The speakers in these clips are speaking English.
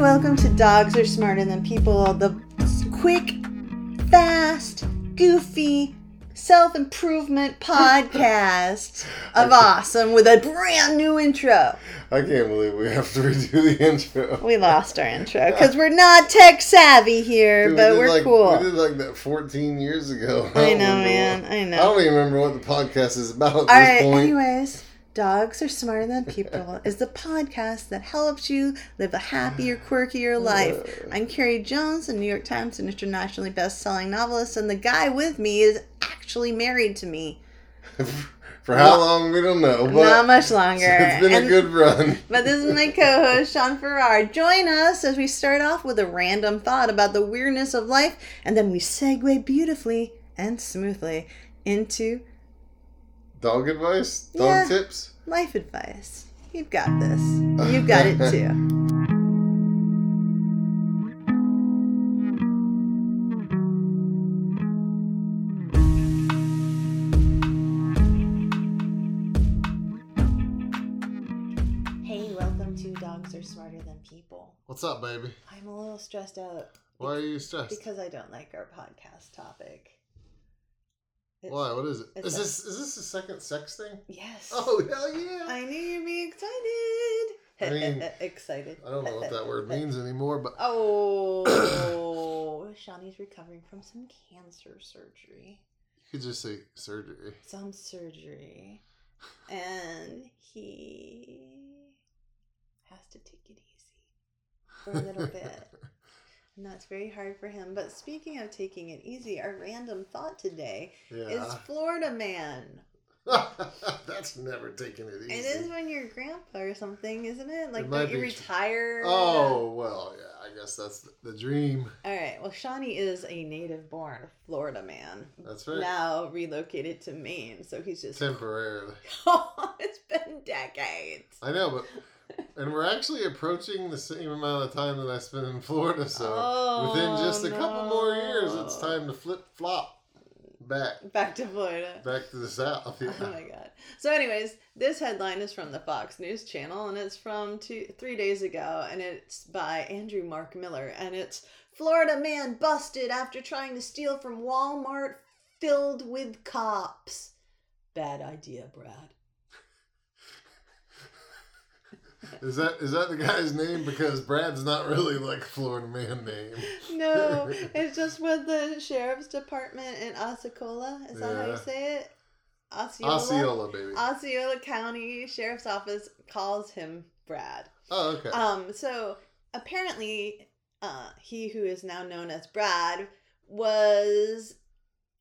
welcome to Dogs Are Smarter Than People, the quick, fast, goofy, self improvement podcast of awesome with a brand new intro. I can't believe we have to redo the intro. We lost our intro because we're not tech savvy here, Dude, we but did we're like, cool. We did like that 14 years ago. I don't know, remember man. what- I know. I don't even remember what the podcast is about at All this right. point. Anyways, dogs are smarter than people is the podcast that helps you live a happier, quirkier life. Uh. I'm Carrie Jones, a New York Times and internationally best-selling novelist, and the guy with me is actually married to me. For how long, we don't know. But Not much longer. It's been And- a good run. but this is my co-host Sean Farrar. Join us as we start off with a random thought about the weirdness of life, and then we segue beautifully and smoothly into Dog advice? Dog Yeah. tips? life advice. You've got this. You've got it too. Hey, welcome to Dogs Are Smarter Than People. What's up, baby? I'm a little stressed out Why are you stressed? because I don't like our podcast topic. It's- Why? What is it? it's Is a- this is this the second sex thing? Yes. Oh hell yeah! I, I knew you'd be excited. I mean, excited. don't know what that word means anymore, but Oh, Shawnee's recovering from some cancer surgery. you could just say surgery. Some surgery. And he has to take it easy for a little bit. And that's very hard for him. But speaking of taking it easy, our random thought today is yeah. Florida man. That's never taking it easy. It is when you're a grandpa or something, isn't it? Like, It might don't you be- retire? Oh well, yeah. I guess that's th- the dream. All right. Well, Shawnee is a native born Florida man. That's right. Now relocated to Maine. So he's just. Temporarily, it's been decades. I know, but and we're actually approaching the same amount of time that I spent in Florida. So within just a couple more years, it's Oh, no. time to flip flop back Back to Florida. back to the south. Yeah. Oh my god. So, anyways, this headline is from the Fox News Channel, and it's from two, three days ago, and it's by Andrew Mark Miller, and it's Florida man busted after trying to steal from Walmart filled with cops. Bad idea, Brad. Is that is that the guy's name? Because Brad's not really like a Florida man name. No, it's just with the sheriff's department in Osceola. Is that how you Yeah. say it? Osceola. Osceola. Osceola, baby. County Sheriff's Office calls him Brad. Oh, okay. Um, so apparently, uh, he who is now known as Brad was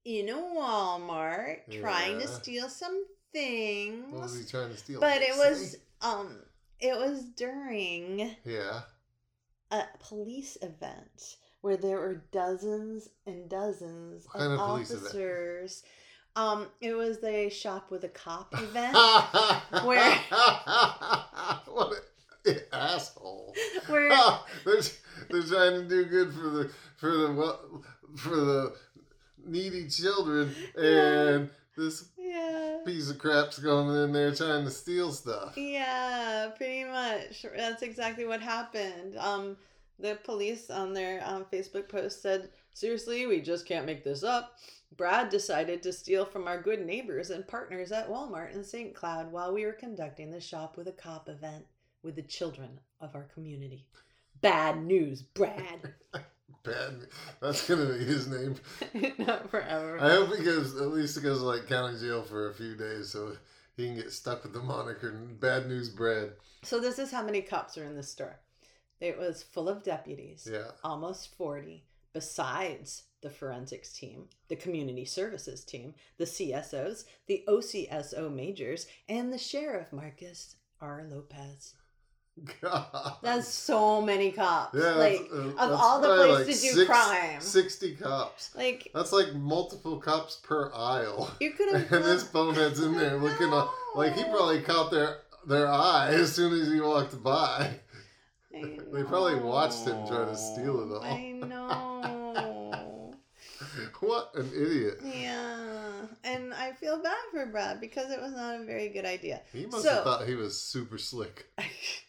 in a Walmart trying to Yeah. steal some things, What was he trying to steal? but it was Say? um, it was during Yeah. a police event where there were dozens and dozens What kind of of police event? officers. Um, it was a shop with a cop event Where? Where- what an asshole! where Ah, they're, they're trying to do good for the for the wel- for the needy children, and this yeah. piece of crap's going in there trying to steal stuff. Yeah, pretty much. That's exactly what happened. Um, the police on their um, Facebook post said, "Seriously, we just can't make this up." Brad decided to steal from our good neighbors and partners at Walmart in St. Cloud while we were conducting the shop with a cop event with the children of our community. Bad news, Brad. Bad. That's gonna be his name. Not forever. I hope he goes. At least he goes to, like county jail for a few days, so he can get stuck with the moniker "Bad News Brad." So this is how many cops are in the store. It was full of deputies. Yeah. almost 40 besides the forensics team, the community services team, the CSOs, the OCSO majors, and the sheriff Marcus R. Lopez. God. That's so many cops. Yeah, like that's- uh, of that's all the probably, places to do six- crime. Sixty cops. Like That's like multiple cops per aisle. you could And have this bonehead's in there looking up, like he probably caught their their eye as soon as he walked by. They they probably watched him try to steal it all. I know. What an idiot! yeah. And I feel bad for Brad because it was not a very good idea. He must So- have thought he was super slick.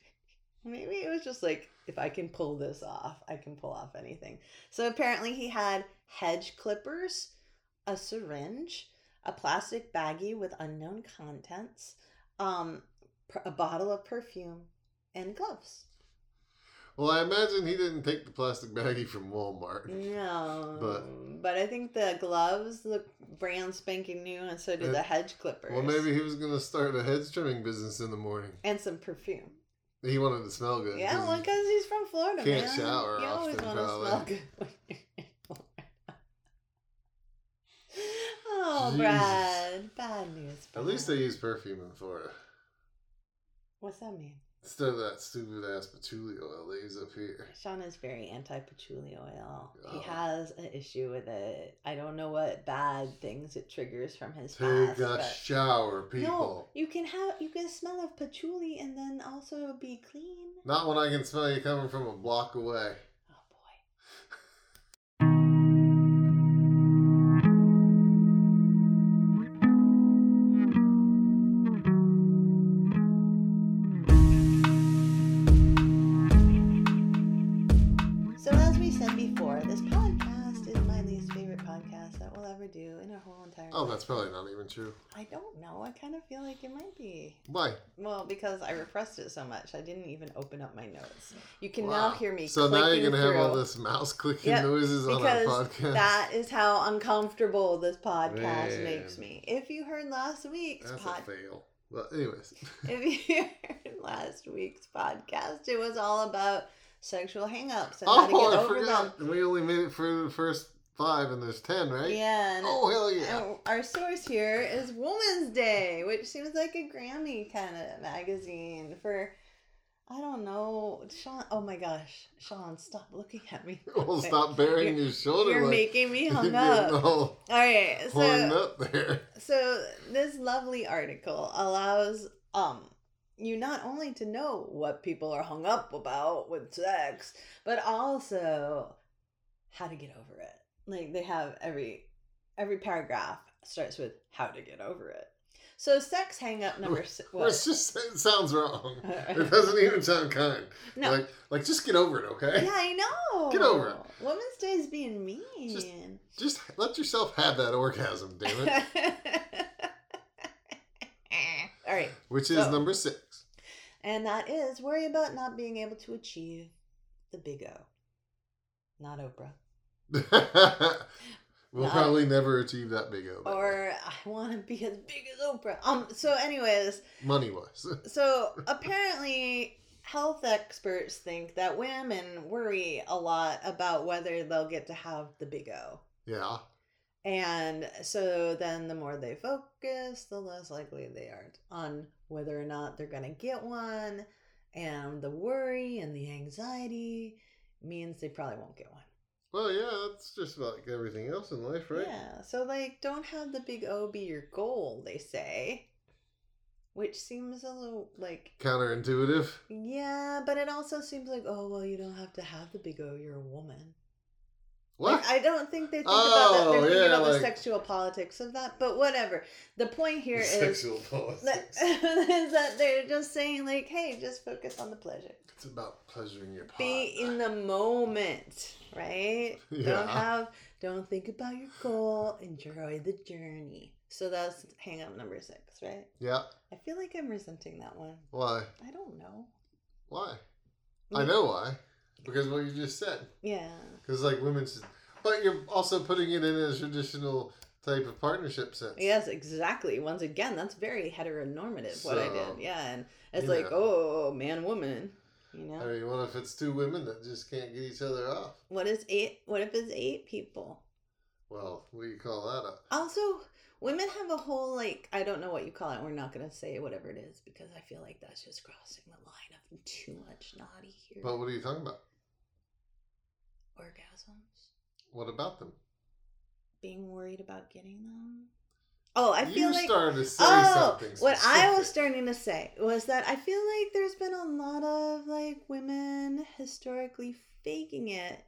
Maybe it was just like, if I can pull this off, I can pull off anything. So apparently, he had hedge clippers, a syringe, a plastic baggie with unknown contents, um, per- a bottle of perfume, and gloves. Well, I imagine he didn't take the plastic baggie from Walmart. Mm, No, But- I think the gloves look brand spanking new, and so do Uh, the hedge clippers. Well, maybe he was going to start a hedge trimming business in the morning. and some perfume. He wanted to smell good. Yeah, 'cause well, because he's from Florida, can't man. shower you always often, want to probably. smell good. when you're in Florida. oh, Jesus. Brad, bad news. At least they Brad. use perfume in Florida. What's that mean? Instead of that stupid ass patchouli oil they use up here. Sean is very anti patchouli oil. Oh. He has an issue with it. I don't know what bad things it triggers from his Take past. a but- shower, No, people. you can have you can smell of patchouli and then also be clean. Not when I can smell you coming from a block away. Oh boy. So as we said before, this podcast is my least favorite podcast that we'll ever do in our whole entire. Oh, life. that's probably not even true. I don't know. I kind of feel like it might be. Why? Well, because I repressed it so much, I didn't even open up my notes. You can Wow. now hear me. So now you're clicking gonna have all through. this mouse clicking Yep, noises on our because podcast. That is how uncomfortable this podcast Man. makes me. If you heard last week's That's podcast, a fail. Well, anyways, if you heard last week's podcast, it was all about sexual hangups and how to oh, get I over them. forgot. We only made it through the first five, and there's ten, right? Yeah. and- Oh hell yeah! and Our source here is Woman's Day, which seems like a Grammy kind of magazine for, I don't know, Sean. Oh my gosh, Sean, stop looking at me. Well, stop burying your shoulder. Oh, You're like, making me you're hung getting up. all All right, so horned up there. So this lovely article allows um you not only to know what people are hung up about with sex, but also how to get over it. Like they have every every paragraph starts with how to get over it. So sex hang up number six. Well, it's just it sounds wrong. It no, doesn't even sound kind. Like, like just get over it, okay? yeah, I know. Get over it. Women's Day is being mean. Just- Just let yourself have that orgasm, damn it. All right. Which is So- number six. And that is worry about not being able to achieve the big O. Not Oprah. we'll No. probably never achieve that big O. Or I want to be as big as Oprah. Um so anyways, money wise. so apparently health experts think that women worry a lot about whether they'll get to have the big O. yeah. And so then the more they focus, the less likely they are on whether or not they're going to get one. And the worry and the anxiety means they probably won't get one. Well, yeah, that's just about like everything else in life, right? Yeah. So, like, don't have the big O be your goal, they say. Which seems a little like, Counterintuitive. yeah, but it also seems like, oh, well, you don't have to have the big O, you're a woman. What? Like, I don't think they think about Oh, that. They're thinking yeah, about like- the sexual politics of that, but whatever. The point here is. Sexual that, politics. is that they're just saying like, hey, just focus on the pleasure. it's about pleasuring your partner. Be in the moment, right? Yeah. Don't have don't think about your goal. Enjoy the journey. So that's hang up number six, right? yeah. I feel like I'm resenting that one. Why? I don't know. Why? I know why. Because what you just said. Yeah. Because like women should, but you're also putting it in a traditional type of partnership sense. Yes, exactly. Once again, that's very heteronormative what I So, did. Yeah. And it's you like, know. oh man, woman. You know? I mean, what if it's two women that just can't get each other off? What is eight what if it's eight people? Well, what do you call that? A, Also, women have a whole like I don't know what you call it. We're not gonna say whatever it is because I feel like that's just crossing the line of too much naughty here. but what are you talking about? Orgasms, What about them? being worried about getting them. Oh, I feel you like started to say oh, something. what I was specific. starting to say was that I feel like there's been a lot of like women historically faking it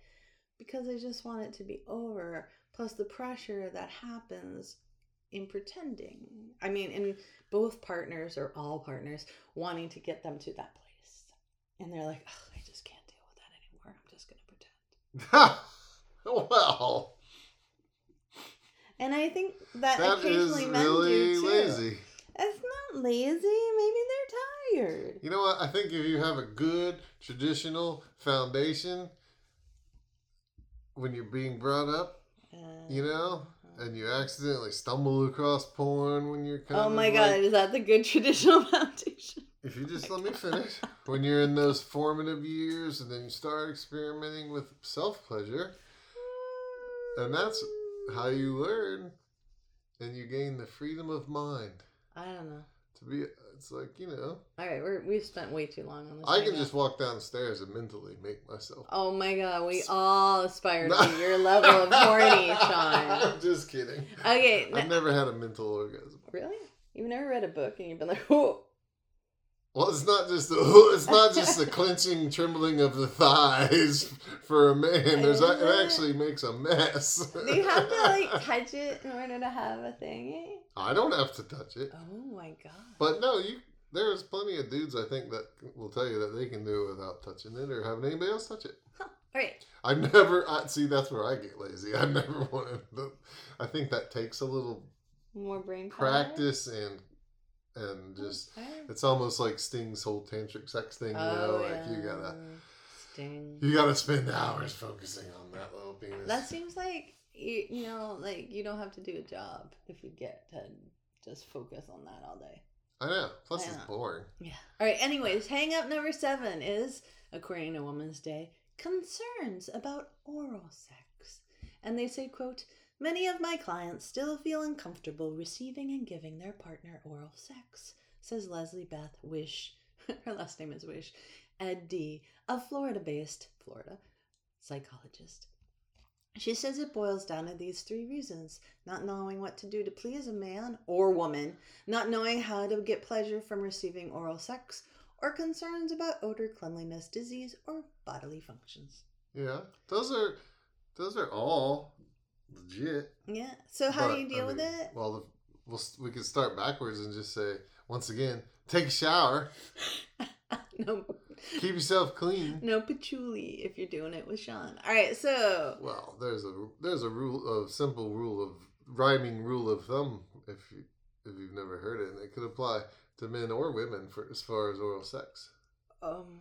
because they just want it to be over. Plus the pressure that happens in pretending. I mean, in both partners or all partners wanting to get them to that place. and they're like, oh, I just can't deal with that anymore. I'm just gonna pretend. well, And I think that, that is occasionally men really do too. lazy. It's not lazy. Maybe they're tired. You know what? I think if you have a good traditional foundation when you're being brought up, Uh, you know, and you accidentally stumble across porn when you're kind Oh of my like- god, is that the good traditional foundation? If you just let me finish, when you're in those formative years and then you start experimenting with self pleasure, And that's how you learn and you gain the freedom of mind I don't know. to be. It's like, you know, All right, we're, we've spent way too long on this. I right can now. just walk downstairs and mentally make myself. Oh my god, we all aspire to be your level of horny, Sean. I'm just kidding. Okay, n- I've never had a mental orgasm. really? You've never read a book and you've been like, oh, Well, it's not just the it's not just the clenching, trembling of the thighs for a man. There's it actually makes a mess. do you have to like touch it in order to have a thingy? I don't have to touch it, Oh my god. but no, you. There's plenty of dudes I think that will tell you that they can do it without touching it or having anybody else touch it. All right. I never. I see. That's where I get lazy. I never wanted. To, I think that takes a little More brain Oh, power? practice and and Hmm. just. Okay. It's almost like Sting's whole tantric sex thing. You know, Oh, like you yeah. gotta Sting. you gotta spend hours focusing on that little penis. That seems like you, you know, like you don't have to do a job if you get to just focus on that all day. I know. Plus, I it's know. boring. Yeah. All right. Anyways, hang up number seven is, according to Woman's Day, concerns about oral sex, and they say, "quote Many of my clients still feel uncomfortable receiving and giving their partner oral sex," says Leslie Beth Wish. Her last name is Wish. Ed D, a Florida-based Florida psychologist. She says it boils down to these three reasons not knowing what to do to please a man or woman, not knowing how to get pleasure from receiving oral sex, or concerns about odor, cleanliness, disease, or bodily functions. Yeah, those are those are all legit. Yeah. So, how But, do you I deal with mean, it? Well, the, we'll we could start backwards and just say once again: take a shower, no, keep yourself clean. no patchouli if you're doing it with Sean. All right. So, Well, there's a there's a rule of simple rule of rhyming rule of thumb if you if you've never heard it, and it could apply to men or women for as far as oral sex. um,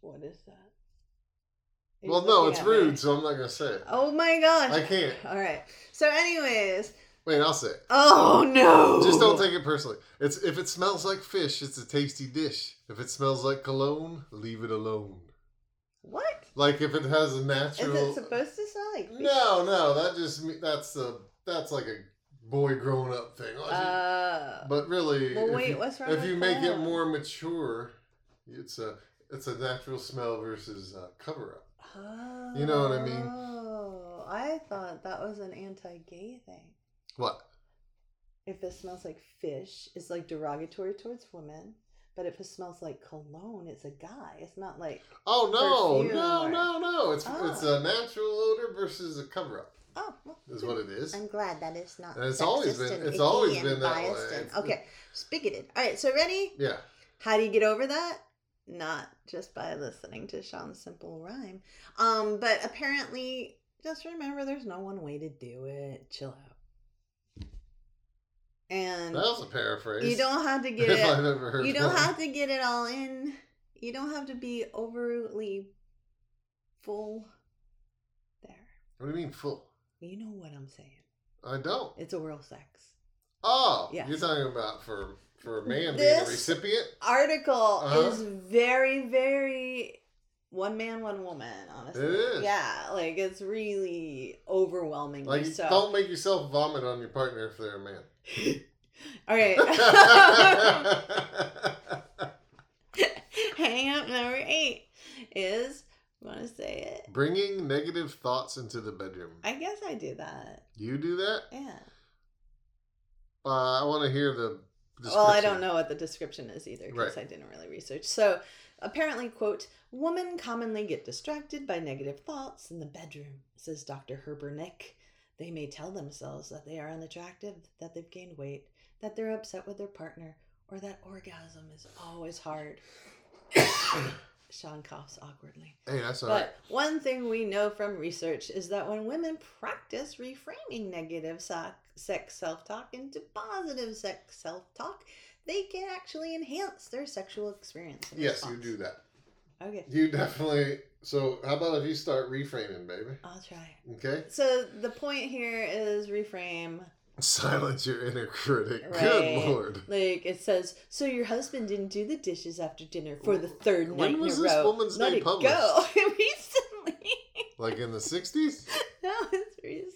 what is that? Are you Well, no, looking it's at me? rude, so I'm not gonna say it. Oh my gosh. I can't. All right. So, anyways, Wait, I'll say it. oh no. Just don't take it personally. It's if it smells like fish, it's a tasty dish. If it smells like cologne, leave it alone. What? Like if it has a Is natural. it supposed to smell like fish? No, no, that just me- that's a that's like a boy grown up thing. Oh, Uh, But really, Well, if wait, you, what's wrong if with you make it that? more mature, it's a it's a natural smell versus uh, cover up. oh, You know what I mean? Oh, I thought that was an anti-gay thing. What? If it smells like fish, it's like derogatory towards women. But if it smells like cologne, it's a guy. It's not like Oh no, Perfume no, or- no, no! It's Ah. it's a natural odor versus a cover up oh. Well, is what it is. I'm glad that it's not. And it's always sexist been- and it's icky always and been that way. biased and- It's- okay, it's bigoted. All right, so ready? Yeah, How do you get over that? Not just by listening to Sean's simple rhyme. Um, but apparently, just remember there's no one way to do it. Chill out. that And was a paraphrase. you don't have to get if I've it ever heard you don't one. have to get it all in. You don't have to be overly full there. What do you mean full? You know what I'm saying. I don't. It's oral sex. Oh, Yeah. you're talking about for for a man being This- a recipient. article Uh-huh. is very, very one man, one woman, honestly. It is. Yeah, like it's really overwhelming. Like, so. don't make yourself vomit on your partner if they're a man. All right. Hang up number eight is, want to say it? Bringing negative thoughts into the bedroom. I guess I do that. You do that? Yeah. Uh, I want to hear the. Well, I description. don't know what the description is either because I didn't really research. So, apparently, quote, women commonly get distracted by negative thoughts in the bedroom, says Dr. Herbernick. They may tell themselves that they are unattractive, that they've gained weight, that they're upset with their partner, or that orgasm is always hard. Sean coughs awkwardly. Hey, that's all right. But one thing we know from research is that when women practice reframing negative so- sex self talk into positive sex self talk, they can actually enhance their sexual experience. and Yes, you response. do that. Okay, You definitely. So, how about if you start reframing, baby? I'll try. Okay? So the point here is reframe. Silence your inner critic. Right. Good lord. Like it says, so your husband didn't do the dishes after dinner for the third night When was in a this row. woman's Let name it published? go recently. Like in the 60s? that was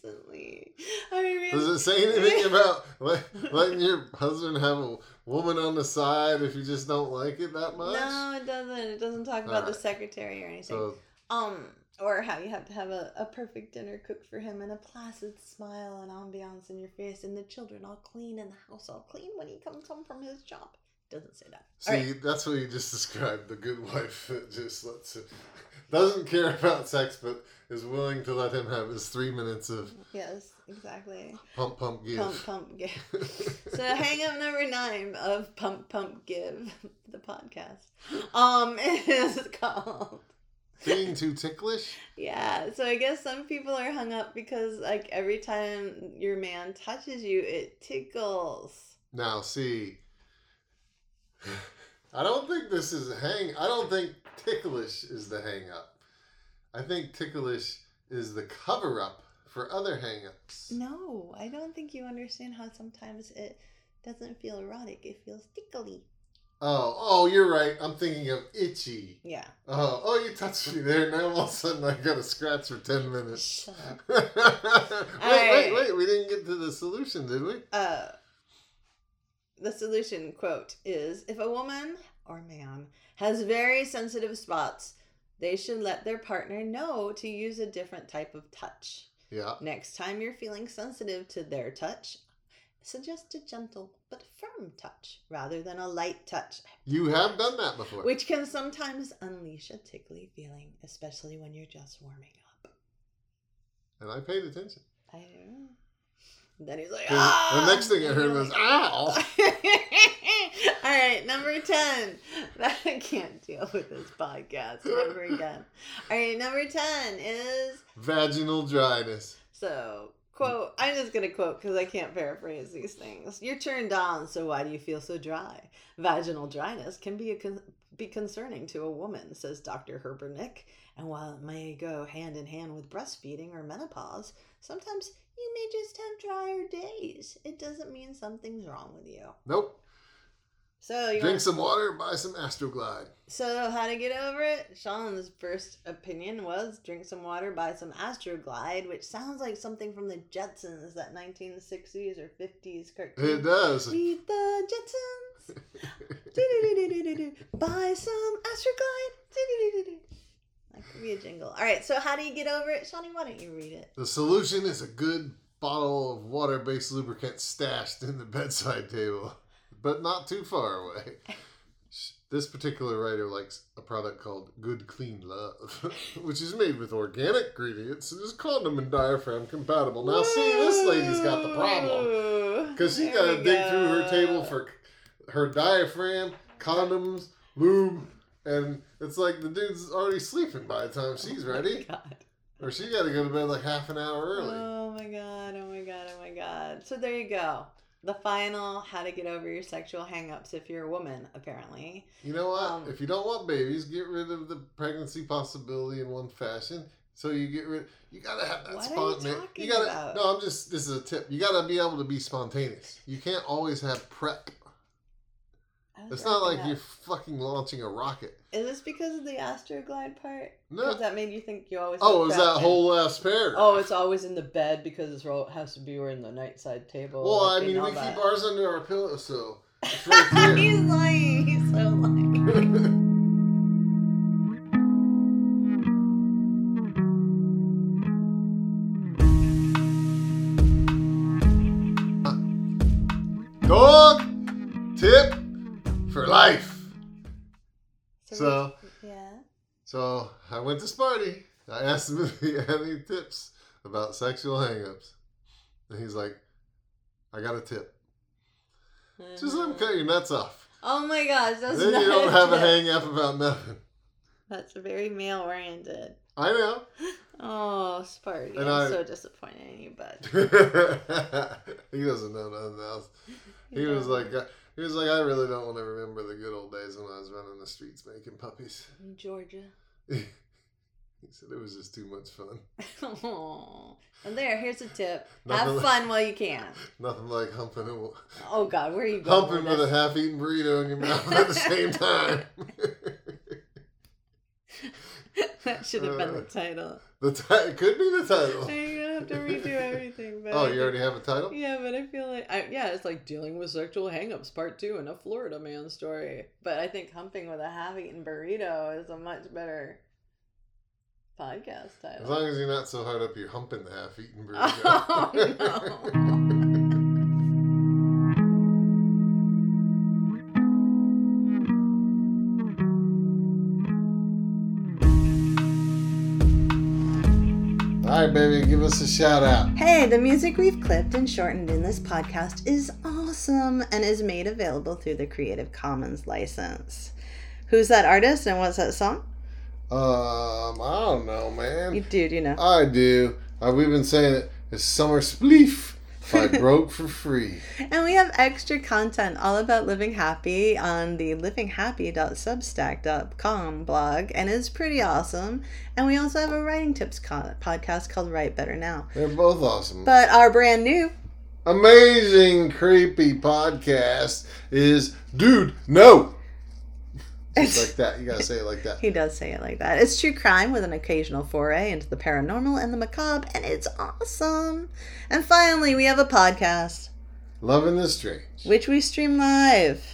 recently. I mean, Does it say anything about let, letting your husband have a woman on the side if you just don't like it that much? No, it doesn't. It doesn't talk about the Alright. secretary or anything. So, um, or how you have to have a, a perfect dinner cooked for him and a placid smile and ambiance in your face and the children all clean and the house all clean when he comes home from his job. Doesn't say that. see, that's what you just described the good wife that just lets him, doesn't care about sex but is willing to let him have his three minutes of Yes, exactly. pump, pump, give. Pump, pump, give. so hang up number nine of Pump, Pump, Give, the podcast, um, is called Being too ticklish? Yeah, so I guess some people are hung up because like every time your man touches you, it tickles. Now, see, I don't think this is a hang. I don't think ticklish is the hang up. I think ticklish is the cover up for other hang ups. No, I don't think you understand how sometimes it doesn't feel erotic. It feels tickly. Oh, oh, you're right. I'm thinking of itchy. Yeah. Oh, oh, you touched me there. Now all of a sudden I got a scratch for 10 minutes. Shut up. wait, right. wait, wait. We didn't get to the solution, did we? Uh, the solution quote is if a woman or man has very sensitive spots, they should let their partner know to use a different type of touch. Yeah. Next time you're feeling sensitive to their touch, suggest a gentle but firm touch rather than a light touch, You have done that before. which can sometimes unleash a tickly feeling, especially when you're just warming up. And I paid attention. I don't know. Then he's like, 'Cause ah! The next thing I And heard you're was, "Ah!" like, ow. All right, number 10. I can't deal with this podcast ever again. All right, number 10 is Vaginal dryness. So, quote, I'm just going to quote because I can't paraphrase these things. You're turned on, so why do you feel so dry? Vaginal dryness can be a con- be concerning to a woman, says Dr. Herbernick. And while it may go hand in hand with breastfeeding or menopause, sometimes you may just have drier days. It doesn't mean something's wrong with you. Nope. So, you Drink want, some water, buy some Astroglide. so how to get over it? Sean's first opinion was drink some water, buy some Astroglide, which sounds like something from the Jetsons, that 1960s or 50s It cartoon. does. We the Jetsons. Do-do-do-do-do-do-do. buy some Astroglide. Do-do-do-do-do. That could be a jingle. All right, so how do you get over it? Shawnee, why don't you read it? The solution is a good bottle of water based lubricant stashed in the bedside table, but not too far away. This particular writer likes a product called Good Clean Love, which is made with organic ingredients and is condom and diaphragm compatible. Now, see, this lady's got the problem problem. because she got to dig through her table for her diaphragm, condoms, lube, and it's like the dude's already sleeping by the time she's ready. Oh God. Or she got to go to bed like half an hour early. Oh my god, oh my god, oh my god. So there you go. The final how to get over your sexual hangups if you're a woman, apparently. You know what? um, if you don't want babies, get rid of the pregnancy possibility in one fashion. So you get rid. You gotta have that What are you spontaneity. talking gotta. about? No, I'm just. This is a tip. You gotta be able to be spontaneous. You can't always have prep. I was It's not like wrapping you're up. fucking launching a rocket. Is this because of the Astroglide part? No. Because that made you think you always. had oh, it was crap that in- whole last pair. Oh, it's always in the bed because it's ro- has to be we're in the nightside table. Well, I like, mean, and we all that. keep ours under our pillow, so it's right there. He's lying. He's so lying. Dog tip for life. So, Yeah. so I went to Sparty. I asked him if he had any tips about sexual hangups, and he's like, "I got a tip. Just let him cut your nuts off. Oh my gosh, that's then not you don't have a tip. hang up about nothing." That's very male oriented. I know. Oh, Sparty, And I'm I- so disappointed in you, bud. he doesn't know nothing else. He You was know, like, uh, he was like, I really don't want to remember the good old days when I was running the streets making puppies. Georgia. he said it was just too much fun. Oh, and there, here's a tip. Nothing Have like- fun while you can. Nothing like humping a, Oh God, where are you going? humping with with a half-eaten burrito in your mouth at the same time. this? that should have been the Uh, title. the ti- it could be the title. You're gonna have to redo everything, but Oh, you already have a title. Yeah, but I feel like I, yeah, it's like dealing with sexual hangups, part two in a Florida man story. But I think humping with a half-eaten burrito is a much better podcast As title. long as you're not so hard up, you're humping the half-eaten burrito. Oh no! All right, baby, give us a shout out. Hey, the music we've clipped and shortened in this podcast is awesome and is made available through the Creative Commons license. Who's that artist and what's that song? Um, I don't know, man. You dude, you know. I do. Uh, we've been saying it. It's summer spleef. If I broke for free. And we have extra content all about living happy on the livinghappy.substack.com blog, and it's pretty awesome. And we also have a writing tips co- podcast called Write Better Now. They're both awesome. But our brand new Amazing creepy podcast is dude no. Just like that. You gotta say it like that. He does say it like that. It's true crime with an occasional foray into the paranormal and the macabre, and it's awesome. And finally, we have a podcast, Loving the strange which we stream live.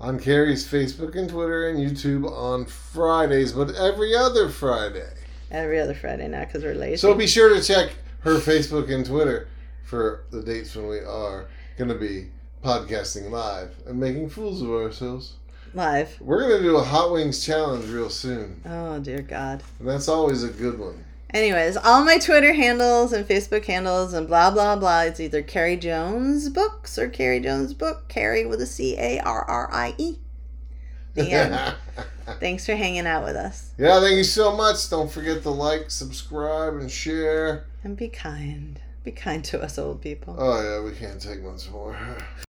on Carrie's Facebook and Twitter and YouTube on Fridays, but every other Friday. Every other Friday now because we're lazy. So be sure to check her Facebook and Twitter for the dates when we are going to be podcasting live and making fools of ourselves. live. We're going to do a hot wings challenge real soon, Oh, dear God. and that's always a good one. Anyways, all my Twitter handles and Facebook handles and blah, blah, blah. It's either Carrie Jones Books or Carrie Jones Book, Carrie with a C A R R I E. The end. Yeah. Thanks for hanging out with us thank you so much. Don't forget to like, subscribe, and share. and be kind. Be kind to us old people. Oh, yeah, we can't take much more.